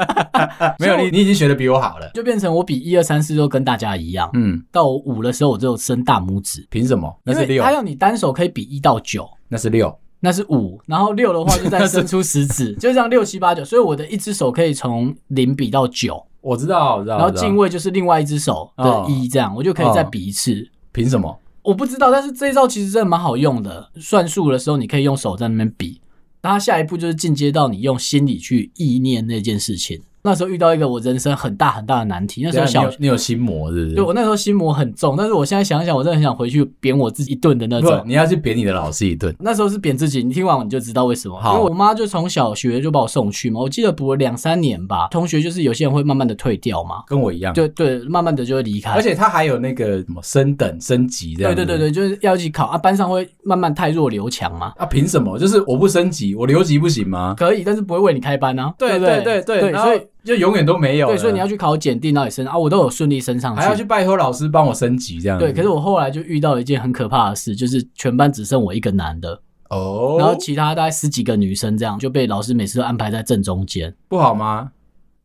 Speaker 1: 没有你，你已经学的比我好了，
Speaker 2: 就变成我比一二三四都跟大家一样。
Speaker 1: 嗯，
Speaker 2: 到我五的时候，我只有伸大拇指，
Speaker 1: 凭什么？那
Speaker 2: 因
Speaker 1: 是
Speaker 2: 为
Speaker 1: 六
Speaker 2: 他，要你单手可以比一到九，
Speaker 1: 那是六，
Speaker 2: 那是五，然后六的话就再伸出食指， 就这样六七八九，所以我的一只手可以从零比到九，
Speaker 1: 我知道，我知道，
Speaker 2: 然后
Speaker 1: 哦我知道哦
Speaker 2: 进位就是另外一只手的一，这样我就可以再比一次。
Speaker 1: 凭什么？
Speaker 2: 我不知道，但是这一招其实真的蛮好用的。算数的时候，你可以用手在那边比，那它下一步就是进阶到你用心理去意念那件事情。那时候遇到一个我人生很大很大的难题，那时候
Speaker 1: 等一啊下你
Speaker 2: 小
Speaker 1: 有你有心魔是不是？
Speaker 2: 对我那时候心魔很重，但是我现在想一想，我真的很想回去扁我自己一顿的那种
Speaker 1: 不，。你要去扁你的老师一顿。
Speaker 2: 那时候是贬自己，你听完你就知道为什么。
Speaker 1: 好
Speaker 2: 因为我妈就从小学就把我送去嘛，我记得补了两三年吧。同学就是有些人会慢慢的退掉嘛，
Speaker 1: 跟我一样，
Speaker 2: 对对，慢慢的就会离开。
Speaker 1: 而且他还有那个什么升等升级这样
Speaker 2: 对
Speaker 1: 子，
Speaker 2: 对对对，就是要一起考啊，班上会慢慢汰弱留强嘛。
Speaker 1: 啊，凭什么？就是我不升级，我留级不行吗？
Speaker 2: 可以，但是不会为你开班啊。
Speaker 1: 对
Speaker 2: 不
Speaker 1: 对对
Speaker 2: 对
Speaker 1: 对，然后
Speaker 2: 所以
Speaker 1: 就永远都没有了。
Speaker 2: 对，所以你要去考检定，然后也升啊，我都有顺利升上去。
Speaker 1: 还要去嗯拜托老师帮我升级这样子。
Speaker 2: 对，可是我后来就遇到一件很可怕的事，就是全班只剩我一个男的，
Speaker 1: 哦，
Speaker 2: 然后其他大概十几个女生这样就被老师每次都安排在正中间。
Speaker 1: 不好吗？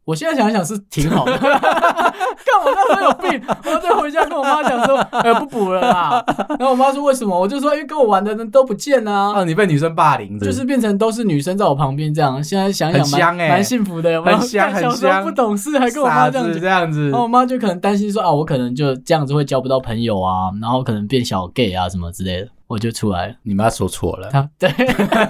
Speaker 2: 我现在想一想是挺好 的，干我那时候有病，我再回家跟我妈讲说，呃，不补了啦。然后我妈说为什么？我就说因为跟我玩的人都不见啊，
Speaker 1: 哦，你被女生霸凌，
Speaker 2: 就是变成都是女生在我旁边这样。现在想想
Speaker 1: 很
Speaker 2: 蛮
Speaker 1: 香欸
Speaker 2: 蛮幸福的，有没有
Speaker 1: 很香
Speaker 2: 干小时
Speaker 1: 很
Speaker 2: 候
Speaker 1: 香
Speaker 2: 不懂事还跟我妈
Speaker 1: 傻
Speaker 2: 这样哦
Speaker 1: 子
Speaker 2: 讲。
Speaker 1: 这样子
Speaker 2: 然后我妈就可能担心说啊，我可能就这样子会交不到朋友啊，然后可能变小 gay 啊什么之类的，我就出来了。
Speaker 1: 你妈说错了，
Speaker 2: 他对，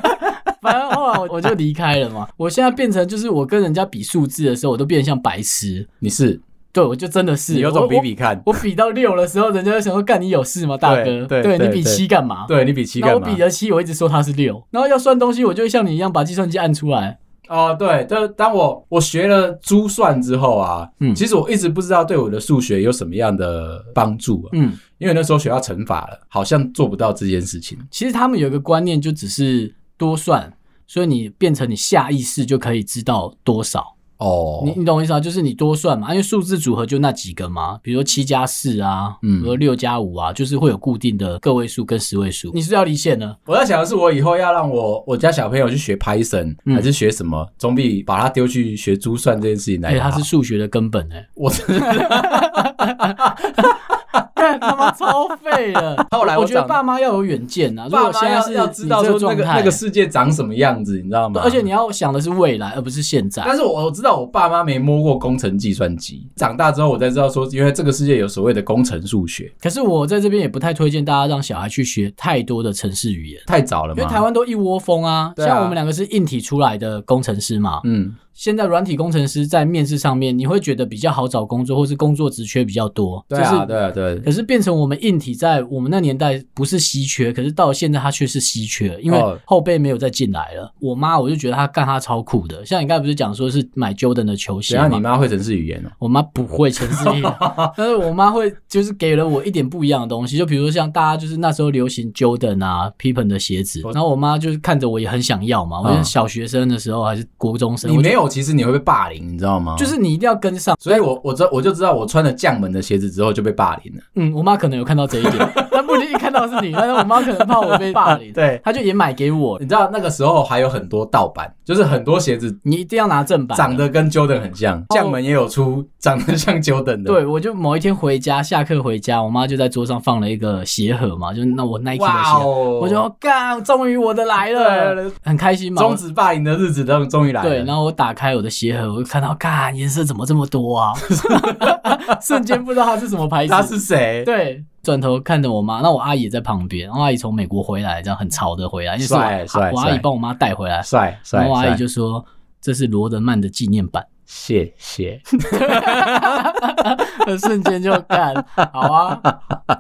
Speaker 2: 反正后来我我就离开了嘛。我现在变成就是我跟人家比数字的时候，我都变得像白痴。
Speaker 1: 你是
Speaker 2: 对，我就真的是
Speaker 1: 你有
Speaker 2: 我
Speaker 1: 种比
Speaker 2: 我
Speaker 1: 比看，
Speaker 2: 我比到六的时候，人家就想说：“干你有事吗，大哥？
Speaker 1: 对对
Speaker 2: 你
Speaker 1: 对
Speaker 2: 比
Speaker 1: 对
Speaker 2: 七干嘛？”
Speaker 1: 对你比七
Speaker 2: 然后
Speaker 1: 干
Speaker 2: 我
Speaker 1: 嘛
Speaker 2: 比？了七，我一直说它是六，然后要算东西，我就会像你一样把计算机按出来。
Speaker 1: 哦，对，但当我我学了珠算之后啊，
Speaker 2: 嗯
Speaker 1: 其实我一直不知道对我的数学有什么样的帮助、啊，
Speaker 2: 嗯，
Speaker 1: 因为那时候学到乘法了，好像做不到这件事情。
Speaker 2: 其实他们有一个观念，就只是多算，所以你变成你下意识就可以知道多少。
Speaker 1: 哦
Speaker 2: 你你懂我意思啊？就是你多算嘛，因为数字组合就那几个嘛，比如说七加四啊，
Speaker 1: 嗯
Speaker 2: 比如六加五啊，就是会有固定的个位数跟十位数。你是不是要离线呢？
Speaker 1: 我在想的是，我以后要让我我家小朋友去学 Python，、
Speaker 2: 嗯
Speaker 1: 还是学什么，总比把他丢去学珠算这件事情来
Speaker 2: 哎、
Speaker 1: 得好。
Speaker 2: 它是数学的根本哎、
Speaker 1: 我真的
Speaker 2: 干他妈超废了！
Speaker 1: 后来
Speaker 2: 我
Speaker 1: 我
Speaker 2: 觉得
Speaker 1: 长
Speaker 2: 爸妈要有远见啊。如
Speaker 1: 爸
Speaker 2: 果
Speaker 1: 妈
Speaker 2: 现在
Speaker 1: 要
Speaker 2: 是
Speaker 1: 要知道
Speaker 2: 你这
Speaker 1: 说那
Speaker 2: 状
Speaker 1: 个
Speaker 2: 态，
Speaker 1: 那个世界长什么样子，你知道吗？
Speaker 2: 而且你要想的是未来，而不是现在。
Speaker 1: 但是我知道我爸妈没摸过工程计算机，长大之后我才知道说，因为这个世界有所谓的工程数学，
Speaker 2: 可是我在这边也不太推荐大家让小孩去学太多的城市语言，
Speaker 1: 太早了
Speaker 2: 因
Speaker 1: 嘛。
Speaker 2: 为台，湾都一窝蜂啊。
Speaker 1: 啊对啊
Speaker 2: 像我们两个是硬体出来的工程师嘛，
Speaker 1: 嗯，
Speaker 2: 现在软体工程师在面试上面，你会觉得比较好找工作，或是工作职缺比较多。
Speaker 1: 对
Speaker 2: 就
Speaker 1: 啊，
Speaker 2: 是
Speaker 1: 对啊，对啊。
Speaker 2: 可是变成我们硬体在我们那年代不是稀缺，可是到了现在它却是稀缺，因为
Speaker 1: 哦
Speaker 2: 后辈没有再进来了。我妈我就觉得她干她超酷的，像你刚才不是讲说是买 Jordan 的球鞋
Speaker 1: 谁让你
Speaker 2: 吗？
Speaker 1: 妈会城市语言哦？
Speaker 2: 我妈不会城市 语言，但是我妈会就是给了我一点不一样的东西，就比如说像大家就是那时候流行 Jordan 啊、Pippen 的鞋子，
Speaker 1: 我
Speaker 2: 然后我妈就是看着我也很想要嘛。我觉得
Speaker 1: 嗯
Speaker 2: 小学生的时候还是国中生，
Speaker 1: 你
Speaker 2: 我就
Speaker 1: 没有，其实你会被霸凌，你知道吗？
Speaker 2: 就是你一定要跟上。
Speaker 1: 所以我我知我就知道，我穿了将门的鞋子之后就被霸凌了。
Speaker 2: 嗯，我妈可能有看到 这一点，但不一定看到是你，但是我妈可能怕我被霸凌，
Speaker 1: 对，
Speaker 2: 她就也买给我。
Speaker 1: 你知道那个时候还有很多盗版，就是很多鞋子
Speaker 2: 你一定要拿正版的，
Speaker 1: 长得跟 Jordan 很像，将门也有出长得像 Jordan 的。，
Speaker 2: 对，我就某一天回家，下课回家，我妈就在桌上放了一个鞋盒嘛，就是那我 Nike 的鞋
Speaker 1: 哇
Speaker 2: 盒，
Speaker 1: 哦！
Speaker 2: 我就说干，终于我的来了，
Speaker 1: 对，
Speaker 2: 很开心嘛。
Speaker 1: 终止霸凌的日子终终于来了。
Speaker 2: 对，然后我打开我的鞋盒，我就看到，干，颜色怎么这么 多啊？瞬间不知道它是什么牌子。
Speaker 1: 他是谁？
Speaker 2: 对，转头看着我妈，那我阿姨也在旁边，然后阿姨从美国回来，这样很潮的回来，因为是我
Speaker 1: 帅帅
Speaker 2: 我阿姨
Speaker 1: 帅
Speaker 2: 帮我妈带回来，
Speaker 1: 啊帅
Speaker 2: 然
Speaker 1: 帅
Speaker 2: 后我阿姨
Speaker 1: 帅，
Speaker 2: 就说这是罗德曼的纪念版。
Speaker 1: 谢 谢。
Speaker 2: 瞬间就干，好啊。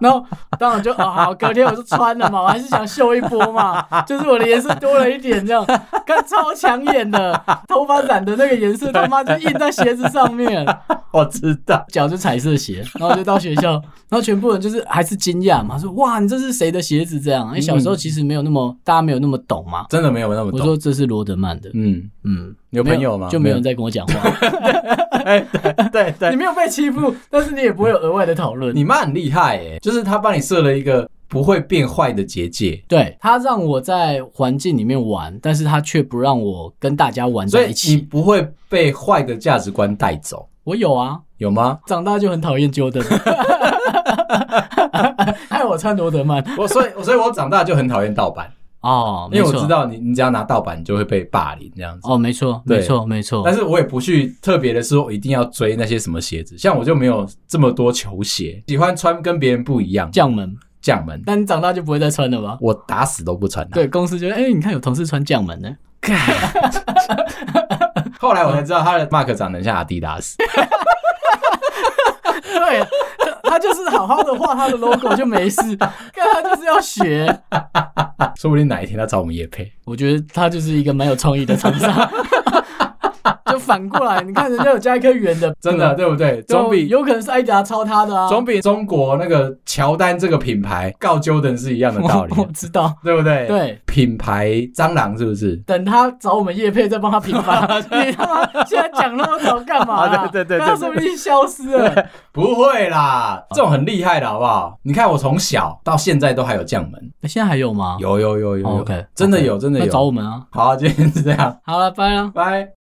Speaker 2: 然后当然就啊、好，隔天我就穿了嘛，我还是想秀一波嘛，就是我的颜色多了一点这样，看超抢眼的，头发染的那个颜色他妈就印在鞋子上面，
Speaker 1: 我知道，
Speaker 2: 脚就彩色鞋，然后就到学校，然后全部人就是还是惊讶嘛，说哇你这是谁的鞋子这样？因为小时候其实没有那么大家没有那么懂嘛。
Speaker 1: 真的没有那么
Speaker 2: 我
Speaker 1: 嗯懂。
Speaker 2: 说这是罗德曼的，
Speaker 1: 嗯，
Speaker 2: 嗯，
Speaker 1: 有朋友吗？
Speaker 2: 就没有人在跟我讲话。
Speaker 1: 哎，对 对
Speaker 2: 你
Speaker 1: 对，
Speaker 2: 没有被欺负，但是你也不会有额外的讨论。
Speaker 1: 你妈很厉害哎，就是她帮你设了一个不会变坏的结界。
Speaker 2: 对他让我在环境里面玩，但是他却不让我跟大家玩
Speaker 1: 所
Speaker 2: 在
Speaker 1: 以
Speaker 2: 一
Speaker 1: 你
Speaker 2: 起。
Speaker 1: 不会被坏的价值观带走，
Speaker 2: 我有啊，
Speaker 1: 有吗？
Speaker 2: 长大就很讨厌 Jordan，害我穿罗德曼
Speaker 1: 我所以，所以我长大就很讨厌盗版，
Speaker 2: 哦，
Speaker 1: 因
Speaker 2: 没
Speaker 1: 为我
Speaker 2: 错
Speaker 1: 知，道你，你只要拿盗版，你就会被霸凌这样子。
Speaker 2: 哦，没错，
Speaker 1: 对
Speaker 2: 没错，没错
Speaker 1: 但。是我也不去特别的说，我一定要追那些什么鞋子，像我就没有这么多球鞋，喜欢穿跟别人不一样。
Speaker 2: 将门，
Speaker 1: 将门，
Speaker 2: 但你长大就不会再穿了吧？
Speaker 1: 我打死都不穿啊它。
Speaker 2: 对，公司觉得，哎、你看有同事穿将门呢，
Speaker 1: 后来我才知道他的 mark 长得很像阿迪达斯，
Speaker 2: 对，他就是好好的画他 的 logo 就没事，看他就是要学。
Speaker 1: 说不定哪一天他找我们也配。
Speaker 2: 我觉得他就是一个蛮有创意的厂 商。就反过来，你看人家有加一颗圆的，
Speaker 1: 真
Speaker 2: 对吧
Speaker 1: 的对不对？
Speaker 2: 对啊
Speaker 1: 总比
Speaker 2: 有可能是艾迪达抄他的啊。
Speaker 1: 总比中国那个乔丹这个品牌告 Jordan 是一样的道理啊
Speaker 2: 我，我知道，
Speaker 1: 对不对？，
Speaker 2: 对。
Speaker 1: 品牌蟑螂是不是？
Speaker 2: 等他找我们叶配再帮他平 反，你他妈现在讲那么早干嘛啦、
Speaker 1: 啊对对对对
Speaker 2: 他说不定消失了。
Speaker 1: 不会啦，这种很厉害的好不好？你看我从小到现在都还有将门，
Speaker 2: 那哎现在还有吗？
Speaker 1: 有有有有有
Speaker 2: OK，
Speaker 1: 真的有真的
Speaker 2: 哦那找我
Speaker 1: 有。
Speaker 2: 们啊。
Speaker 1: 好，今天是这样，
Speaker 2: 好了，拜了。
Speaker 1: 拜。